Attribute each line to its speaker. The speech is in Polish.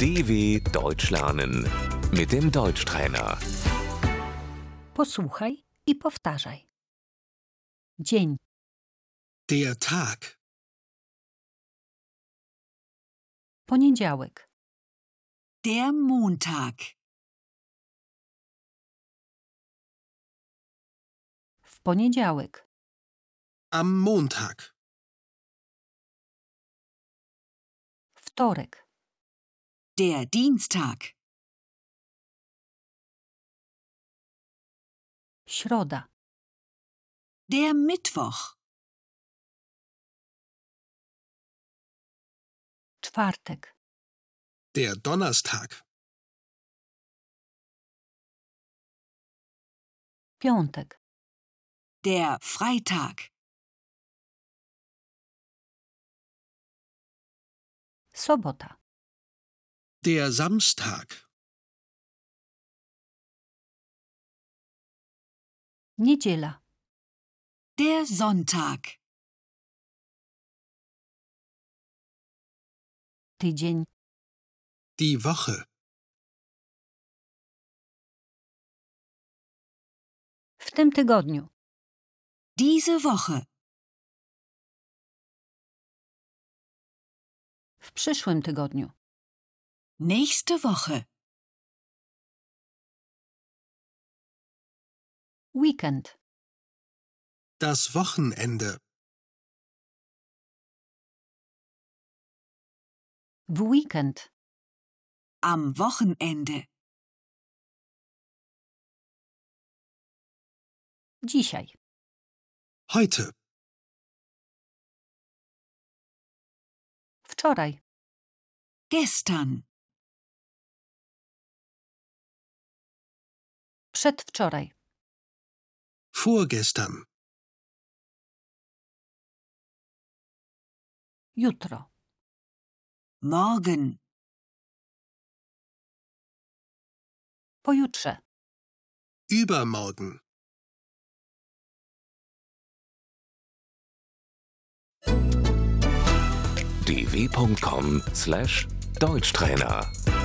Speaker 1: DW Deutsch lernen mit dem Deutschtrainer.
Speaker 2: Posłuchaj i powtarzaj. Dzień,
Speaker 3: Der Tag.
Speaker 2: poniedziałek,
Speaker 4: Der Montag.
Speaker 2: w poniedziałek,
Speaker 3: Am Montag.
Speaker 2: wtorek,
Speaker 4: Der Dienstag.
Speaker 2: środa,
Speaker 4: Der Mittwoch.
Speaker 2: czwartek,
Speaker 3: Der Donnerstag.
Speaker 2: piątek,
Speaker 4: Der Freitag.
Speaker 2: sobota,
Speaker 3: Der Samstag.
Speaker 2: niedziela,
Speaker 4: Der Sonntag.
Speaker 2: tydzień,
Speaker 3: Die Woche.
Speaker 2: w tym tygodniu,
Speaker 4: Diese Woche.
Speaker 2: w przyszłym tygodniu,
Speaker 4: Nächste Woche.
Speaker 2: weekend,
Speaker 3: Das Wochenende.
Speaker 2: w weekend,
Speaker 4: Am Wochenende.
Speaker 2: dzisiaj,
Speaker 3: Heute.
Speaker 2: wczoraj,
Speaker 4: Gestern.
Speaker 2: przedwczoraj,
Speaker 3: Vorgestern.
Speaker 2: jutro,
Speaker 4: Morgen.
Speaker 2: pojutrze,
Speaker 3: Übermorgen.
Speaker 1: dw.com/deutschtrainer